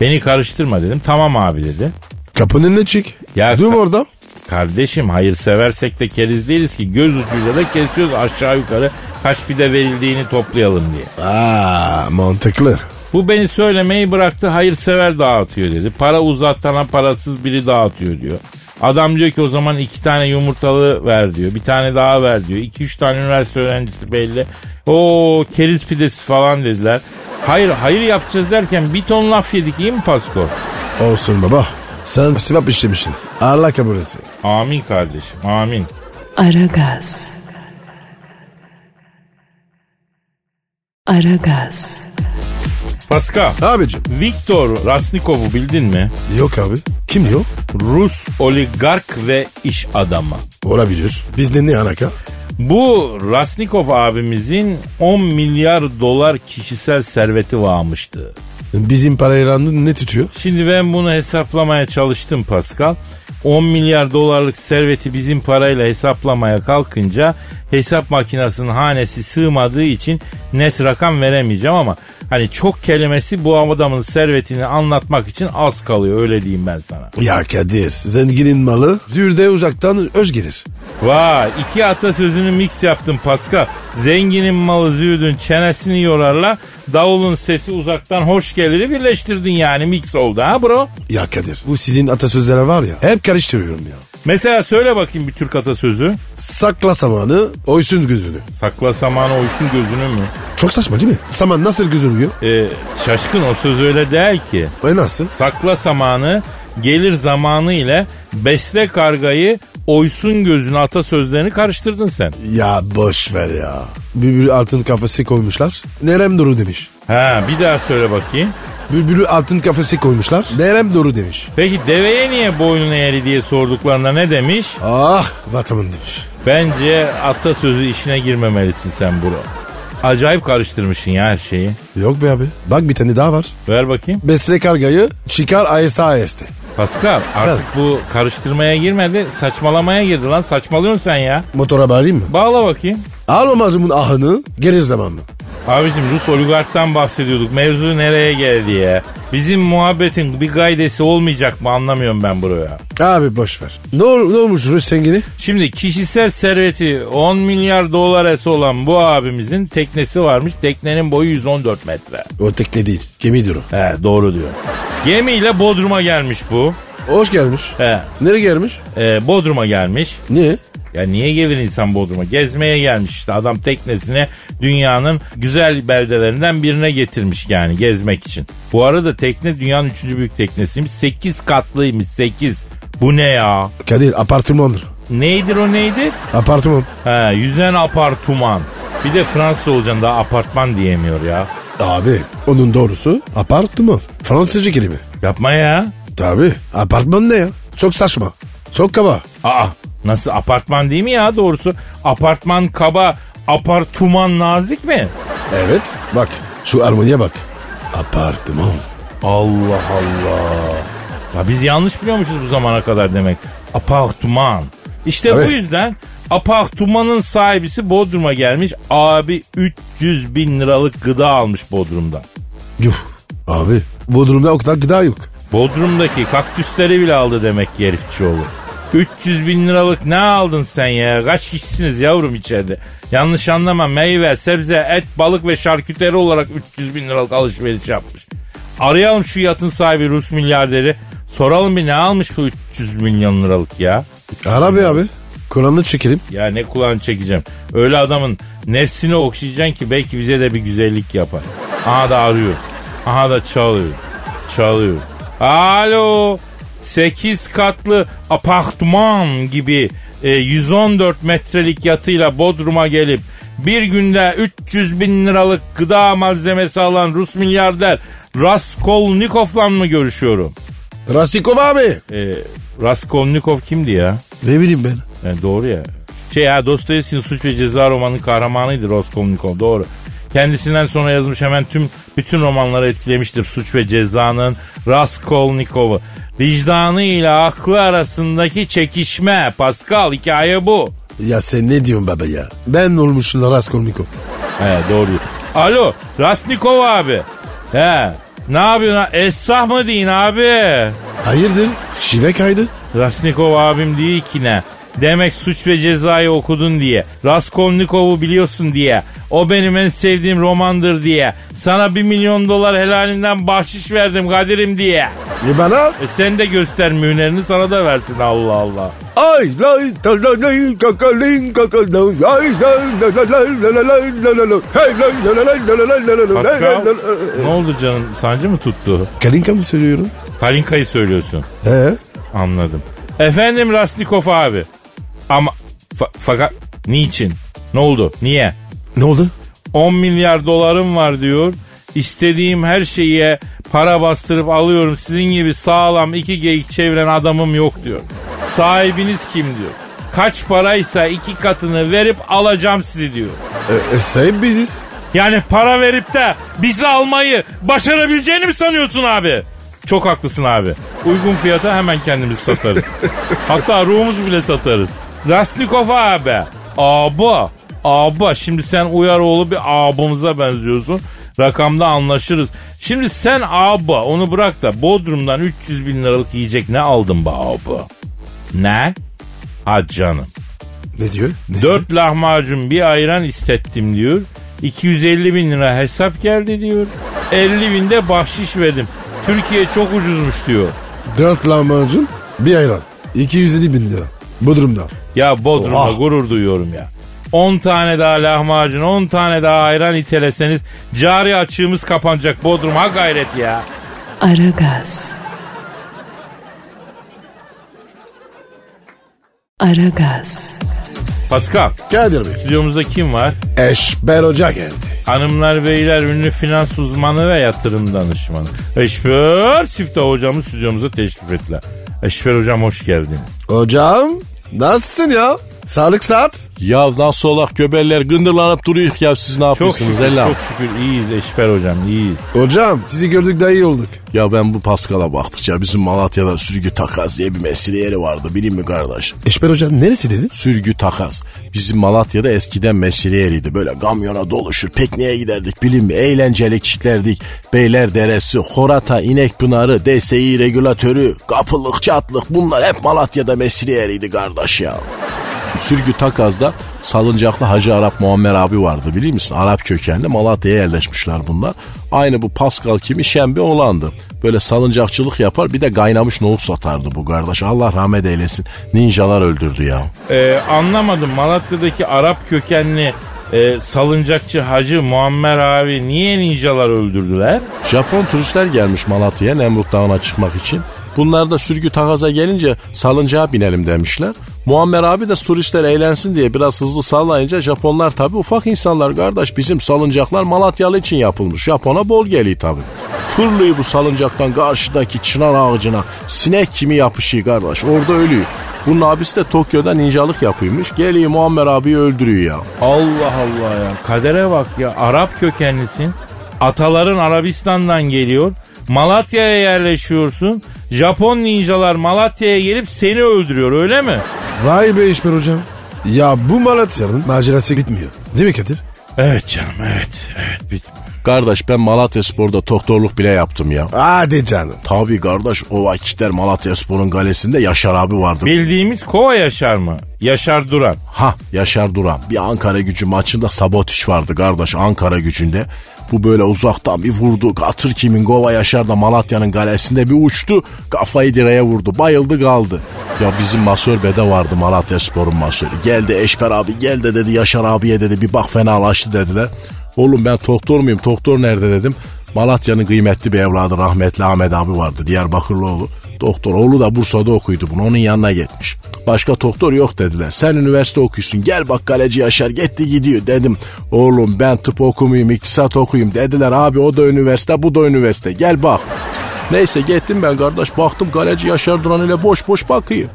S2: Beni karıştırma dedim. Tamam abi dedi.
S3: Kapının önüne çık.
S2: Ya-
S3: Dur orada.
S2: Kardeşim hayırseversek de keriz değiliz ki göz ucuyla da kesiyoruz aşağı yukarı kaç pide verildiğini toplayalım diye.
S3: Aa mantıklı.
S2: Bu beni söylemeyi bıraktı hayırsever dağıtıyor dedi. Para uzatana parasız biri dağıtıyor diyor. Adam diyor ki o zaman iki tane yumurtalı ver diyor. Bir tane daha ver diyor. İki üç tane üniversite öğrencisi belli. O keriz pidesi falan dediler. Hayır hayır yapacağız derken bir ton laf yedik iyi mi Pasko?
S3: Olsun baba. Sen sevap işlemişsin. Allah kabul etsin.
S2: Amin kardeşim amin.
S1: Aragaz. Aragaz.
S2: Paska
S3: Abicim.
S2: Viktor Rasnikov'u bildin mi?
S3: Yok abi. Kim yok?
S2: Rus oligark ve iş adamı.
S3: Olabilir. Bizde ne alaka?
S2: Bu Rasnikov abimizin 10 milyar dolar kişisel serveti varmıştı.
S3: Bizim parayla ne tutuyor?
S2: Şimdi ben bunu hesaplamaya çalıştım Pascal. 10 milyar dolarlık serveti bizim parayla hesaplamaya kalkınca hesap makinesinin hanesi sığmadığı için net rakam veremeyeceğim ama hani çok kelimesi bu adamın servetini anlatmak için az kalıyor öyle diyeyim ben sana.
S3: Ya Kadir. Zenginin malı zürde uzaktan öz gelir.
S2: Vay iki atasözünü mix yaptım Pascal. Zenginin malı züğüdün çenesini yorarla davulun sesi uzaktan hoş geliri birleştirdin yani mix oldu ha bro.
S3: Ya Kadir. Bu sizin atasözlere var ya. Hep karıştırıyorum ya.
S2: Mesela söyle bakayım bir Türk atasözü.
S3: Sakla samanı oysun gözünü.
S2: Sakla samanı oysun gözünü mü?
S3: Çok saçma değil mi? Saman nasıl gözünüyor?
S2: Ee, şaşkın o söz öyle değil ki.
S3: Ve nasıl?
S2: Sakla samanı gelir zamanı ile besle kargayı oysun gözünü atasözlerini karıştırdın sen.
S3: Ya boş ver ya. Bir, bir altın kafesi koymuşlar. Nerem duru demiş.
S2: Ha bir daha söyle bakayım.
S3: Bülbülü altın kafese koymuşlar. Derem doğru demiş.
S2: Peki deveye niye boynun eğri diye sorduklarında ne demiş?
S3: Ah vatamın demiş.
S2: Bence atasözü işine girmemelisin sen bro. Acayip karıştırmışsın ya her şeyi.
S3: Yok be abi. Bak bir tane daha var.
S2: Ver bakayım.
S3: Besle kargayı çıkar ayeste ayeste.
S2: Pascal artık bu karıştırmaya girmedi saçmalamaya girdi lan saçmalıyorsun sen ya.
S3: Motora bağlayayım mı?
S2: Bağla bakayım.
S3: Almamacımın ahını gelir zamanlı.
S2: Abicim Rus oligarktan bahsediyorduk. Mevzu nereye geldi ya? Bizim muhabbetin bir gaydesi olmayacak mı anlamıyorum ben buraya.
S3: Abi boş ver. Ne, ol- ne olmuş Rus zengini?
S2: Şimdi kişisel serveti 10 milyar dolar es olan bu abimizin teknesi varmış. Teknenin boyu 114 metre.
S3: O tekne değil. Gemidir o.
S2: He doğru diyor. Gemiyle Bodrum'a gelmiş bu.
S3: Hoş gelmiş.
S2: He
S3: Nereye gelmiş?
S2: e, Bodrum'a gelmiş.
S3: Niye?
S2: Ya niye gelir insan Bodrum'a? Gezmeye gelmiş işte adam teknesini dünyanın güzel beldelerinden birine getirmiş yani gezmek için. Bu arada tekne dünyanın üçüncü büyük teknesiymiş. 8 katlıymış 8. Bu ne ya?
S3: Kadir apartmandır.
S2: Neydir o neydi?
S3: Apartman.
S2: He, yüzen apartman. Bir de Fransız olacaksın daha apartman diyemiyor ya.
S3: Abi onun doğrusu apartman. Fransızca kelime.
S2: Yapma ya.
S3: Tabi. Apartman ne ya? Çok saçma. Çok kaba.
S2: Aa nasıl apartman değil mi ya doğrusu? Apartman kaba, apartman nazik mi?
S3: Evet. Bak şu armoniye bak. Apartman.
S2: Allah Allah. Ya biz yanlış biliyormuşuz bu zamana kadar demek. Apartman. İşte
S3: Tabii.
S2: bu yüzden apartmanın sahibisi Bodrum'a gelmiş. Abi 300 bin liralık gıda almış Bodrum'dan.
S3: Yuh. Abi Bodrum'da o kadar gıda yok.
S2: Bodrum'daki kaktüsleri bile aldı demek ki herifçioğlu. 300 bin liralık ne aldın sen ya? Kaç kişisiniz yavrum içeride? Yanlış anlama meyve, sebze, et, balık ve şarküteri olarak 300 bin liralık alışveriş yapmış. Arayalım şu yatın sahibi Rus milyarderi. Soralım bir ne almış bu 300 milyon liralık ya?
S3: Ara be abi. Kur'an'ı çekelim.
S2: Ya ne kulağını çekeceğim. Öyle adamın nefsini okşayacaksın ki belki bize de bir güzellik yapar. Aha da arıyor. Aha da çalıyor. Çalıyor. Alo. 8 katlı apartman gibi e, 114 metrelik yatıyla Bodrum'a gelip bir günde 300 bin liralık gıda malzemesi alan Rus milyarder Raskolnikov'la mı görüşüyorum?
S3: Rastikov abi.
S2: E, Raskolnikov kimdi ya?
S3: Ne bileyim ben.
S2: Yani E, doğru ya. Şey ya Dostoyevski'nin Suç ve Ceza romanının kahramanıydı Raskolnikov doğru. Kendisinden sonra yazmış hemen tüm bütün romanları etkilemiştir Suç ve Ceza'nın Raskolnikov'u. Vicdanı ile aklı arasındaki çekişme Pascal hikaye bu.
S3: Ya sen ne diyorsun baba ya? Ben olmuşum Raskolnikov.
S2: He doğru. Alo Raskolnikov abi. He ne yapıyorsun? ha? Esrah mı deyin abi?
S3: Hayırdır? Şive kaydı.
S2: Raskolnikov abim değil ki ne. Demek suç ve cezayı okudun diye. Raskolnikov'u biliyorsun diye. O benim en sevdiğim romandır diye. Sana bir milyon dolar helalinden bahşiş verdim Kadir'im diye.
S3: E bana?
S2: E sen de göster mühnerini sana da versin Allah Allah.
S3: Ay lay ta lay lay kakalin kakalin ay lay lay lay lay lay lay lay lay lay hey lay lay lay lay lay lay lay lay lay lay
S2: Pascal
S3: lay lay
S2: ne oldu canım sancı mı tuttu?
S3: Kalinka mı söylüyorum?
S2: Kalinka'yı söylüyorsun.
S3: He.
S2: Anladım. Efendim Raskolnikov abi. Ama fa- fakat niçin? Ne oldu? Niye?
S3: Ne oldu?
S2: 10 milyar dolarım var diyor. İstediğim her şeye para bastırıp alıyorum. Sizin gibi sağlam iki geyik çeviren adamım yok diyor. Sahibiniz kim diyor. Kaç paraysa iki katını verip alacağım sizi diyor.
S3: E, e, sahip biziz.
S2: Yani para verip de bizi almayı başarabileceğini mi sanıyorsun abi? Çok haklısın abi. Uygun fiyata hemen kendimizi satarız. Hatta ruhumuzu bile satarız. Rasnikov abi. Aba. Aba. Şimdi sen Uyaroğlu bir abamıza benziyorsun. Rakamda anlaşırız. Şimdi sen aba onu bırak da Bodrum'dan 300 bin liralık yiyecek ne aldın be aba? Ne? Ha canım.
S3: Ne diyor? Ne?
S2: 4 lahmacun bir ayran istettim diyor. 250 bin lira hesap geldi diyor. 50 bin de bahşiş verdim. Türkiye çok ucuzmuş diyor.
S3: Dört lahmacun bir ayran. 250 bin lira. Bu durumda.
S2: Ya Bodrum'a
S3: Oha.
S2: gurur duyuyorum ya. 10 tane daha lahmacun, 10 tane daha ayran iteleseniz cari açığımız kapanacak Bodrum. Ha gayret ya.
S1: Aragaz. Aragaz.
S2: Pascal,
S3: Kadir Bey.
S2: stüdyomuzda kim var?
S3: Eşber Hoca geldi.
S2: Hanımlar beyler ünlü finans uzmanı ve yatırım danışmanı. Eşber Siftah hocamı stüdyomuza teşrif ettiler. Eşber hocam hoş geldiniz.
S5: Hocam nasılsın ya? Sağlık saat.
S6: Ya nasıl olak göbeller gındırlanıp duruyor ya siz ne
S2: Çok
S6: yapıyorsunuz
S2: şükür,
S6: Ella?
S2: çok şükür iyiyiz Eşber hocam iyiyiz.
S5: Hocam sizi gördük daha iyi olduk.
S6: Ya ben bu Paskal'a baktıkça bizim Malatya'da sürgü takas diye bir mesire yeri vardı bilin mi kardeş?
S5: Eşber hocam neresi dedi?
S6: Sürgü takas. Bizim Malatya'da eskiden mesire yeriydi. Böyle kamyona doluşur pikniğe giderdik bilin mi? Eğlencelik çitlerdik. Beyler deresi, Horata, İnek Pınarı, DSİ regülatörü, kapılık, çatlık bunlar hep Malatya'da mesire yeriydi kardeş ya. Sürgü Takaz'da salıncaklı Hacı Arap Muammer abi vardı biliyor musun? Arap kökenli Malatya'ya yerleşmişler bunlar. Aynı bu Pascal kimi Şembe olandı. Böyle salıncakçılık yapar bir de kaynamış nohut satardı bu kardeş. Allah rahmet eylesin. Ninjalar öldürdü ya.
S2: Ee, anlamadım Malatya'daki Arap kökenli e, salıncakçı Hacı Muammer abi niye ninjalar öldürdüler?
S6: Japon turistler gelmiş Malatya'ya Nemrut Dağı'na çıkmak için. Bunlar da sürgü takaza gelince salıncağa binelim demişler. Muammer abi de turistler eğlensin diye biraz hızlı sallayınca Japonlar tabi ufak insanlar kardeş bizim salıncaklar Malatyalı için yapılmış. Japona bol geliyor tabi. Fırlıyor bu salıncaktan karşıdaki çınar ağacına sinek kimi yapışıyor kardeş orada ölüyor. Bunun abisi de Tokyo'da ninjalık yapıyormuş. Geliyor Muammer abiyi öldürüyor ya.
S2: Allah Allah ya kadere bak ya Arap kökenlisin. Ataların Arabistan'dan geliyor. Malatya'ya yerleşiyorsun. Japon ninjalar Malatya'ya gelip seni öldürüyor öyle mi?
S5: Vay be Eşber hocam. Ya bu Malatya'nın macerası bitmiyor. Değil mi Kadir?
S2: Evet canım evet. Evet bitmiyor.
S6: Kardeş ben Malatya Spor'da doktorluk bile yaptım ya.
S5: Hadi canım.
S6: Tabii kardeş o vakitler Malatya Spor'un galesinde Yaşar abi vardı.
S2: Bildiğimiz kova yaşar mı? Yaşar Duran.
S6: Ha Yaşar Duran bir Ankara gücü maçında sabotiş vardı kardeş Ankara gücünde. Bu böyle uzaktan bir vurdu. Katır kimin Gova Yaşar da Malatya'nın galesinde bir uçtu. Kafayı direğe vurdu. Bayıldı kaldı. Ya bizim masör bede vardı Malatya Spor'un masörü. Geldi Eşber abi gel de dedi Yaşar abiye dedi bir bak fenalaştı dediler. Oğlum ben doktor muyum? Doktor nerede dedim. Malatya'nın kıymetli bir evladı rahmetli Ahmet abi vardı Diyarbakırlıoğlu. Doktor oğlu da Bursa'da okuydu bunu onun yanına gitmiş. Başka doktor yok dediler. Sen üniversite okuyorsun gel bak kaleci Yaşar gitti gidiyor dedim. Oğlum ben tıp okumayayım iktisat okuyayım dediler abi o da üniversite bu da üniversite gel bak. Cık. Neyse gittim ben kardeş baktım kaleci Yaşar Duran ile boş boş bakıyor.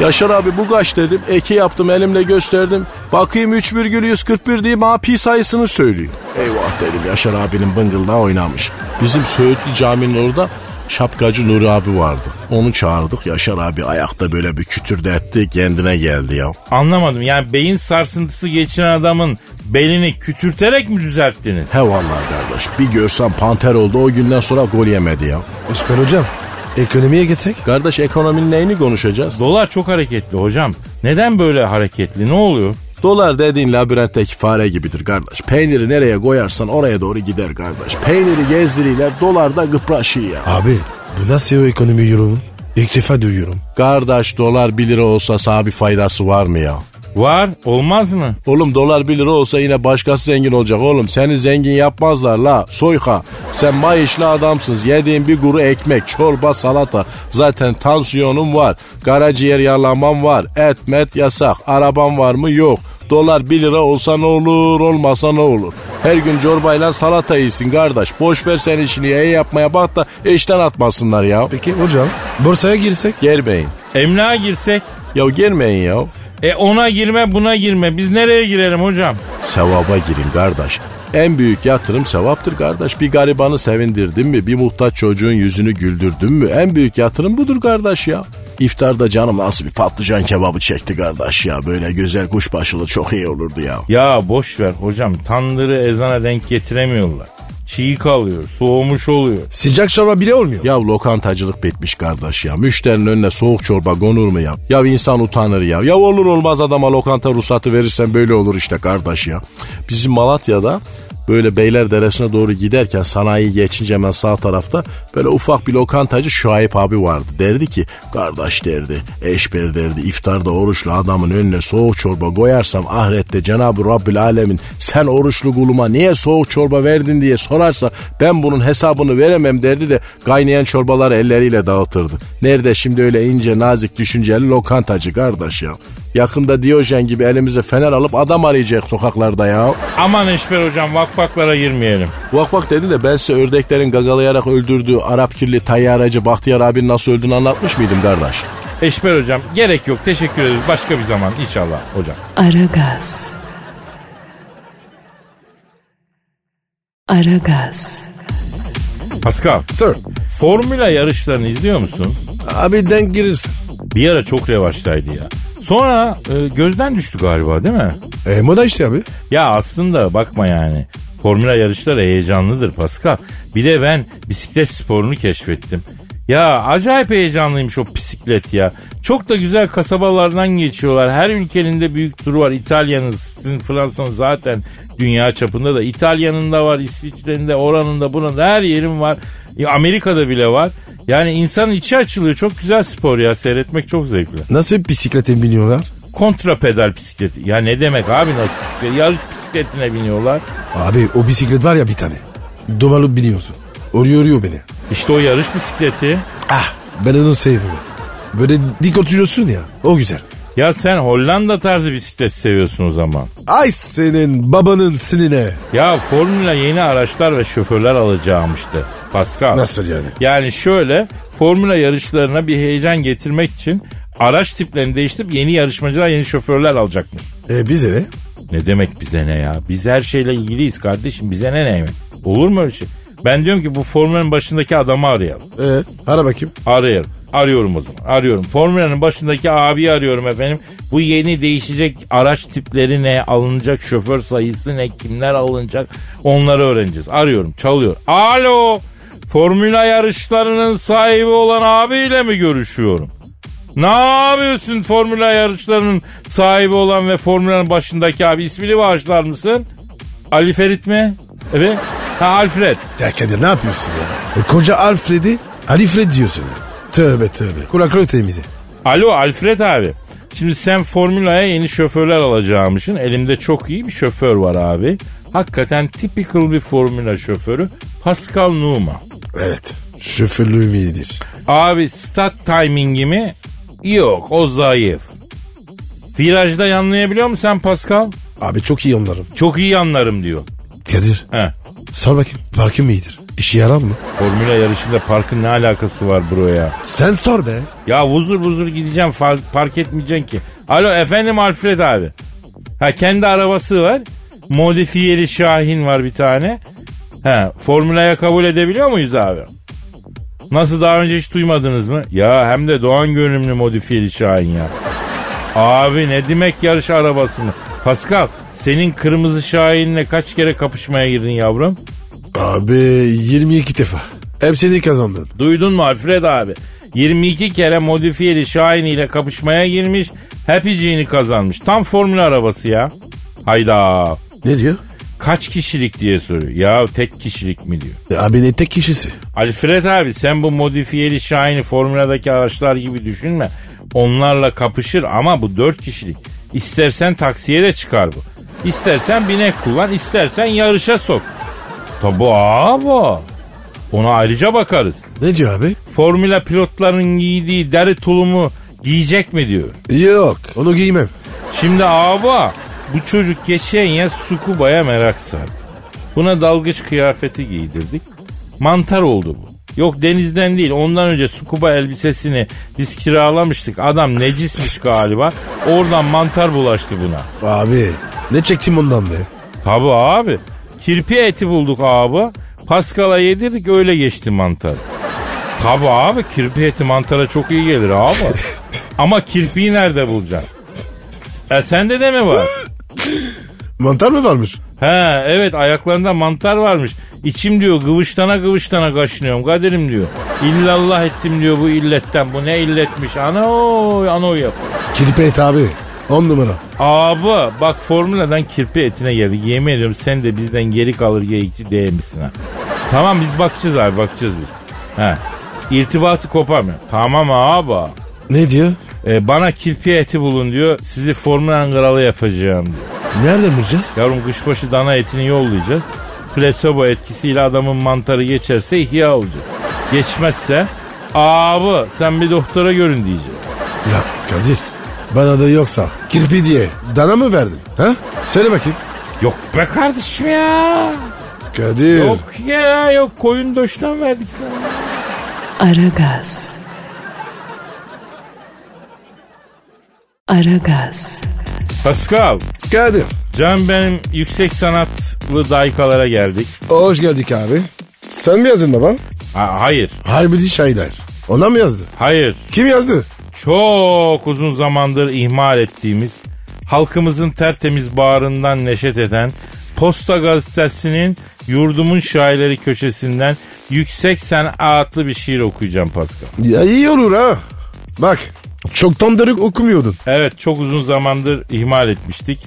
S6: Yaşar abi bu kaç dedim. Eki yaptım elimle gösterdim. Bakayım 3,141 diye bana pi sayısını söylüyor. Eyvah dedim Yaşar abinin bıngıldağı oynamış. Bizim Söğütlü caminin orada şapkacı Nuri abi vardı. Onu çağırdık Yaşar abi ayakta böyle bir kütürde etti kendine geldi ya.
S2: Anlamadım yani beyin sarsıntısı geçiren adamın belini kütürterek mi düzelttiniz?
S6: He vallahi kardeş bir görsen panter oldu o günden sonra gol yemedi ya.
S5: Eşber hocam ekonomiye geçsek?
S6: Kardeş ekonominin neyini konuşacağız?
S2: Dolar çok hareketli hocam. Neden böyle hareketli ne oluyor?
S6: Dolar dediğin labirentteki fare gibidir kardeş. Peyniri nereye koyarsan oraya doğru gider kardeş. Peyniri gezdiriyle dolar da kıpraşıyor ya.
S5: Abi bu nasıl ekonomi yorumu? İlk defa duyuyorum.
S6: Kardeş dolar 1 lira olsa sana bir faydası var mı ya?
S2: Var olmaz mı?
S6: Oğlum dolar 1 lira olsa yine başkası zengin olacak oğlum. Seni zengin yapmazlar la soyka. Sen may işli adamsınız. Yediğin bir kuru ekmek, çorba, salata. Zaten tansiyonum var. Karaciğer yaralamam var. Et met yasak. Arabam var mı? Yok. Dolar 1 lira olsa ne olur olmasa ne olur. Her gün çorbayla salata yiyorsun kardeş. Boş ver sen işini iyi yapmaya bak da işten atmasınlar ya.
S5: Peki hocam borsaya girsek?
S6: Germeyin.
S2: Emlağa girsek?
S6: Ya girmeyin ya.
S2: E ona girme buna girme. Biz nereye girelim hocam?
S6: Sevaba girin kardeş. En büyük yatırım sevaptır kardeş. Bir garibanı sevindirdin mi? Bir muhtaç çocuğun yüzünü güldürdün mü? En büyük yatırım budur kardeş ya. İftarda canım nasıl bir patlıcan kebabı çekti kardeş ya. Böyle güzel kuşbaşılı çok iyi olurdu ya.
S2: Ya boş ver hocam tandırı ezana denk getiremiyorlar. Çiğ kalıyor, soğumuş oluyor.
S5: Sıcak çorba bile olmuyor.
S6: Ya lokantacılık bitmiş kardeş ya. Müşterinin önüne soğuk çorba konur mu ya? Ya insan utanır ya. Ya olur olmaz adama lokanta ruhsatı verirsen böyle olur işte kardeş ya. Bizim Malatya'da böyle Beyler Deresi'ne doğru giderken sanayi geçince hemen sağ tarafta böyle ufak bir lokantacı Şuayip abi vardı. Derdi ki kardeş derdi, eşber derdi, iftarda oruçlu adamın önüne soğuk çorba koyarsam ahirette Cenab-ı Rabbül Alemin sen oruçlu kuluma niye soğuk çorba verdin diye sorarsa ben bunun hesabını veremem derdi de kaynayan çorbaları elleriyle dağıtırdı. Nerede şimdi öyle ince nazik düşünceli lokantacı kardeş ya. Yakında Diyojen gibi elimize fener alıp adam arayacak sokaklarda ya.
S2: Aman Eşber hocam vakfaklara girmeyelim.
S6: Vak vak dedi de ben size ördeklerin gagalayarak öldürdüğü Arap kirli tayyaracı Bahtiyar abinin nasıl öldüğünü anlatmış mıydım kardeş?
S2: Eşber hocam gerek yok teşekkür ederiz başka bir zaman inşallah hocam.
S1: Aragaz. Aragaz.
S2: Pascal
S5: Sir.
S2: formüla yarışlarını izliyor musun?
S5: Abi denk girirsin.
S2: Bir ara çok revaçtaydı ya. Sonra e, gözden düştü galiba değil mi?
S5: E moda işte abi.
S2: Ya aslında bakma yani. Formula yarışları heyecanlıdır Pascal. Bir de ben bisiklet sporunu keşfettim. Ya acayip heyecanlıymış o bisiklet ya. Çok da güzel kasabalardan geçiyorlar. Her ülkenin de büyük turu var. İtalya'nın, sizin Fransa'nın zaten dünya çapında da. İtalya'nın da var, İsviçre'nin de, oranın da, buranın da her yerin var. Ya Amerika'da bile var. Yani insanın içi açılıyor. Çok güzel spor ya. Seyretmek çok zevkli.
S5: Nasıl bisiklete biniyorlar?
S2: Kontra pedal bisikleti. Ya ne demek abi nasıl bisiklet? Yarış bisikletine biniyorlar.
S5: Abi o bisiklet var ya bir tane. Domalıp biniyorsun. O yoruyor beni.
S2: İşte o yarış bisikleti.
S5: Ah ben onu seviyorum. Böyle dik oturuyorsun ya o güzel.
S2: Ya sen Hollanda tarzı bisiklet seviyorsun o zaman.
S5: Ay senin babanın sinine.
S2: Ya Formula yeni araçlar ve şoförler alacağımıştı. Pascal.
S5: Nasıl yani?
S2: Yani şöyle Formula yarışlarına bir heyecan getirmek için araç tiplerini değiştirip yeni yarışmacılar yeni şoförler alacakmış.
S5: E bize ne?
S2: Ne demek bize ne ya? Biz her şeyle ilgiliyiz kardeşim bize ne ne? Olur mu öyle şey? Ben diyorum ki bu formülün başındaki adamı arayalım.
S5: E ara bakayım.
S2: Arıyorum. Arıyorum o zaman. Arıyorum. Formula'nın başındaki abi arıyorum efendim. Bu yeni değişecek araç tipleri ne? Alınacak şoför sayısı ne? Kimler alınacak? Onları öğreneceğiz. Arıyorum. Çalıyor. Alo. Formula yarışlarının sahibi olan abiyle mi görüşüyorum? Ne yapıyorsun formula yarışlarının sahibi olan ve formülanın başındaki abi? İsmini bağışlar mısın? Ali Ferit mi? Evet. Ha Alfred.
S5: Ya Kadir ne yapıyorsun ya? E, koca Alfred'i Alfred diyorsun. ya. Tövbe tövbe. Kulakları temizi.
S2: Alo Alfred abi. Şimdi sen Formula'ya yeni şoförler alacağımışsın. Elimde çok iyi bir şoför var abi. Hakikaten typical bir Formula şoförü. Pascal Numa.
S5: Evet. Şoförlüğüm iyidir.
S2: Abi start timingi mi? Yok o zayıf. Virajda yanlayabiliyor musun sen Pascal?
S5: Abi çok iyi onların.
S2: Çok iyi yanlarım diyor.
S5: Kadir
S2: He.
S5: sor bakayım. Parkım iyidir. İşe yarar mı?
S2: Formula yarışında parkın ne alakası var bro ya?
S5: Sen sor be.
S2: Ya vuzur vuzur gideceğim far- fark etmeyeceksin ki. Alo efendim Alfred abi. Ha kendi arabası var. Modifiyeli Şahin var bir tane. Ha formülaya kabul edebiliyor muyuz abi? Nasıl daha önce hiç duymadınız mı? Ya hem de Doğan görünümlü modifiyeli Şahin ya. Abi ne demek yarış arabası mı? Pascal senin kırmızı Şahin'le kaç kere kapışmaya girdin yavrum?
S5: Abi 22 defa. Hepsini kazandın.
S2: Duydun mu Alfred abi? 22 kere modifiyeli Şahin ile kapışmaya girmiş. Hepiciğini kazanmış. Tam formül arabası ya. Hayda.
S5: Ne diyor?
S2: Kaç kişilik diye soruyor. Ya tek kişilik mi diyor.
S5: E, abi ne tek kişisi?
S2: Alfred abi sen bu modifiyeli Şahin'i formüladaki araçlar gibi düşünme. Onlarla kapışır ama bu 4 kişilik. İstersen taksiye de çıkar bu. İstersen binek kullan, istersen yarışa sok. Tabu abi. Ona ayrıca bakarız.
S5: Ne diyor abi?
S2: Formula pilotların giydiği deri tulumu giyecek mi diyor.
S5: Yok onu giymem.
S2: Şimdi abi bu çocuk geçen ya sukubaya merak sardı. Buna dalgıç kıyafeti giydirdik. Mantar oldu bu. Yok denizden değil ondan önce sukuba elbisesini biz kiralamıştık. Adam necismiş galiba. Oradan mantar bulaştı buna.
S5: Abi ne çektim ondan be?
S2: Tabi abi. Kirpi eti bulduk abi. Paskala yedirdik öyle geçti mantar. Tabi abi kirpi eti mantara çok iyi gelir abi. Ama kirpiyi nerede bulacaksın? E sende de mi var?
S5: Mantar mı varmış?
S2: He evet ayaklarında mantar varmış. İçim diyor gıvıştana gıvıştana kaşınıyorum Kadir'im diyor. İllallah ettim diyor bu illetten. Bu ne illetmiş? Ana oy ana oy yapıyor.
S5: Kirpi et abi. 10 numara.
S2: Abi bak formüladan kirpi etine geldik. Yemin ediyorum sen de bizden geri kalır geyikçi değmişsin ha. Tamam biz bakacağız abi bakacağız biz. He. İrtibatı koparmıyor. Tamam abi.
S5: Ne diyor?
S2: E, bana kirpi eti bulun diyor. Sizi formülan kralı yapacağım diyor.
S5: Nereden bulacağız?
S2: Yavrum kuşbaşı dana etini yollayacağız. Plasebo etkisiyle adamın mantarı geçerse ihya olacak. Geçmezse abi sen bir doktora görün diyeceğiz.
S5: Ya Kadir Bana da yoksa. Kirpi diye dana mı verdin? Ha? Söyle bakayım.
S2: Yok be kardeşim ya.
S5: Kadir.
S2: Yok ya yok koyun döşten verdik sana.
S1: Aragaz. Aragaz.
S2: Pascal,
S5: Kadir.
S2: can benim yüksek sanatlı daykalara geldik.
S5: Hoş geldik abi. Sen mi yazdın baba?
S2: Ha, hayır,
S5: Harbidi şairler. Ona mı yazdı?
S2: hayır.
S5: Kim yazdı?
S2: Çok uzun zamandır ihmal ettiğimiz, halkımızın tertemiz bağrından neşet eden Posta Gazetesi'nin Yurdumun Şairleri köşesinden yüksek sanatlı bir şiir okuyacağım Pascal.
S5: Ya iyi olur ha. Bak çoktan dönük okumuyordun.
S2: Evet çok uzun zamandır ihmal etmiştik.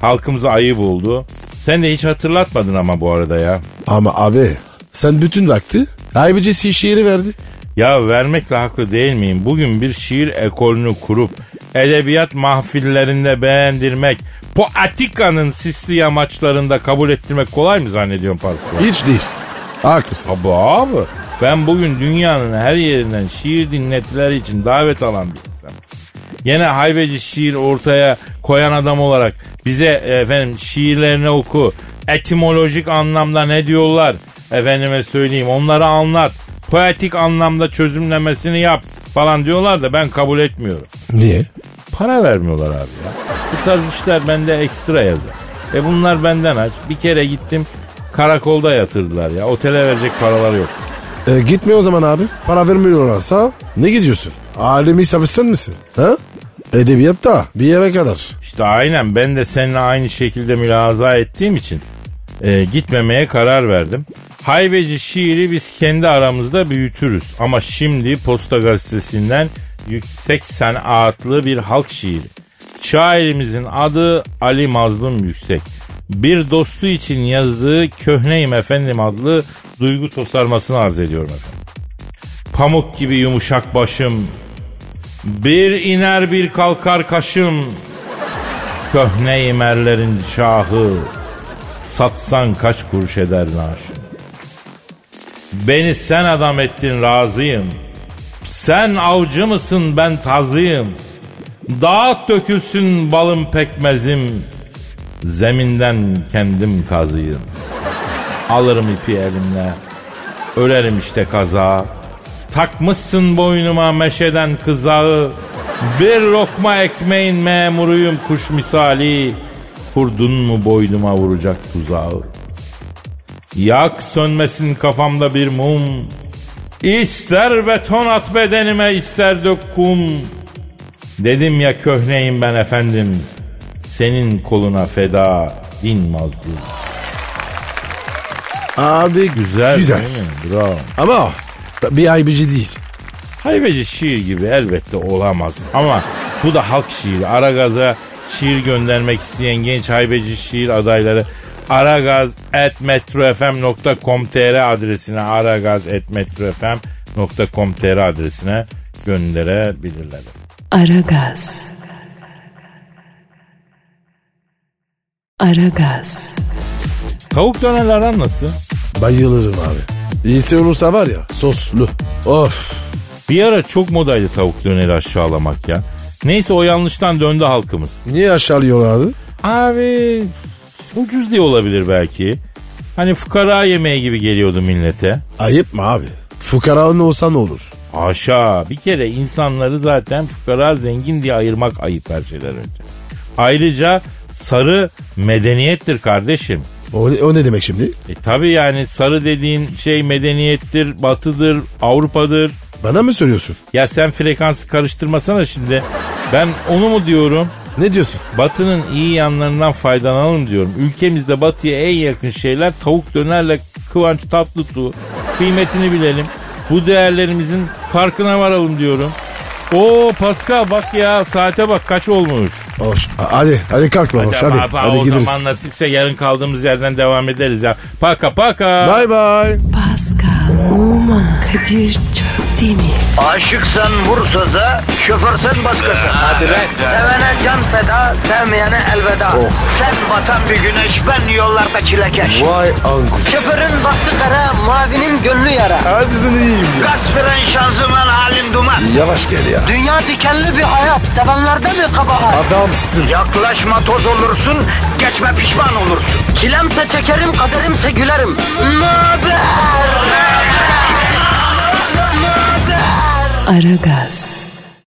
S2: Halkımıza ayıp oldu. Sen de hiç hatırlatmadın ama bu arada ya.
S5: Ama abi sen bütün vakti Haybecesi şiiri verdi.
S2: Ya vermekle haklı değil miyim? Bugün bir şiir ekolünü kurup edebiyat mahfillerinde beğendirmek, poetikanın sisli yamaçlarında kabul ettirmek kolay mı zannediyorsun Pascal?
S5: Hiç değil. Haklısın.
S2: Tabii abi. Ben bugün dünyanın her yerinden şiir dinletileri için davet alan bir insanım. Yine haybeci şiir ortaya koyan adam olarak bize efendim şiirlerini oku. Etimolojik anlamda ne diyorlar? Efendime söyleyeyim onları anlat. Poetik anlamda çözümlemesini yap falan diyorlar da ben kabul etmiyorum.
S5: Niye?
S2: Para vermiyorlar abi ya. Bu tarz işler bende ekstra yazar. E bunlar benden aç. Bir kere gittim karakolda yatırdılar ya. Otele verecek paralar yok.
S5: E, gitme o zaman abi. Para vermiyorlarsa ne gidiyorsun? Alemi sabırsın misin? Ha? Edebiyatta bir yere kadar.
S2: İşte aynen ben de seninle aynı şekilde mülaza ettiğim için e, gitmemeye karar verdim. Haybeci şiiri biz kendi aramızda büyütürüz. Ama şimdi Posta Gazetesi'nden yüksek sanatlı bir halk şiiri. Şairimizin adı Ali Mazlum Yüksek. Bir dostu için yazdığı Köhneyim Efendim adlı duygu tosarmasını arz ediyorum efendim. Pamuk gibi yumuşak başım, bir iner bir kalkar kaşım, Köhne imerlerin şahı Satsan kaç kuruş eder naaşın Beni sen adam ettin razıyım Sen avcı mısın ben tazıyım Dağıt dökülsün balım pekmezim Zeminden kendim kazıyım Alırım ipi elimle Ölerim işte kaza Takmışsın boynuma meşeden kızağı Bir lokma ekmeğin memuruyum kuş misali Kurdun mu boynuma vuracak tuzağı Yak sönmesin kafamda bir mum İster beton at bedenime ister dök kum Dedim ya köhneyim ben efendim Senin koluna feda din mazlum
S5: Abi
S2: Güzel,
S5: Güzel.
S2: değil mi? Bravo.
S5: Ama bir haybeci değil.
S2: Haybeci şiir gibi elbette olamaz. Ama bu da halk şiiri. Aragaz'a şiir göndermek isteyen genç haybeci şiir adayları aragaz.metrofm.com.tr adresine aragaz.metrofm.com.tr adresine gönderebilirler.
S1: Aragaz. Aragaz.
S2: Tavuk dönerler aran nasıl?
S5: Bayılırım abi. İyisi olursa var ya soslu. Of.
S2: Bir ara çok modaydı tavuk döneri aşağılamak ya. Neyse o yanlıştan döndü halkımız.
S5: Niye aşağılıyorlardı?
S2: Abi ucuz diye olabilir belki. Hani fukara yemeği gibi geliyordu millete.
S5: Ayıp mı abi? Fukaranın olsa ne olur?
S2: Haşa bir kere insanları zaten fukara zengin diye ayırmak ayıp her şeyden önce. Ayrıca sarı medeniyettir kardeşim.
S5: O, ne- o ne demek şimdi?
S2: E tabi yani sarı dediğin şey medeniyettir, batıdır, Avrupa'dır.
S5: Bana mı söylüyorsun?
S2: Ya sen frekansı karıştırmasana şimdi. Ben onu mu diyorum?
S5: Ne diyorsun?
S2: Batının iyi yanlarından faydalanalım diyorum. Ülkemizde batıya en yakın şeyler tavuk dönerle kıvanç tatlıtuğ. Kıymetini bilelim. Bu değerlerimizin farkına varalım diyorum. Oo Pascal bak ya saate bak kaç olmuş.
S5: Hoş. A- Hadi hadi kalk baboş hadi. Hadi,
S2: Acaba o
S5: gideriz.
S2: zaman nasipse yarın kaldığımız yerden devam ederiz ya. Paka paka.
S5: Bay bay.
S1: Pascal, Oman, Kadir çok değil mi?
S7: Aşıksan vursa da, şoförsen başkasın. Hadi Oh.
S8: lan.
S7: Sevene can feda, sevmeyene elveda. Sen batan bir güneş, ben yollarda çilekeş.
S5: Vay anku.
S7: Şoförün baktı kara, mavinin gönlü yara.
S5: Hadi sen iyiyim ya.
S7: Kasperen şanzıman halin duman.
S5: Yavaş gel ya.
S7: Dünya dikenli bir hayat, sevenlerde mi kabahar?
S5: Adamsın.
S7: Yaklaşma toz olursun, geçme pişman olursun. Çilemse çekerim, kaderimse gülerim. Möber!
S1: Aragaz.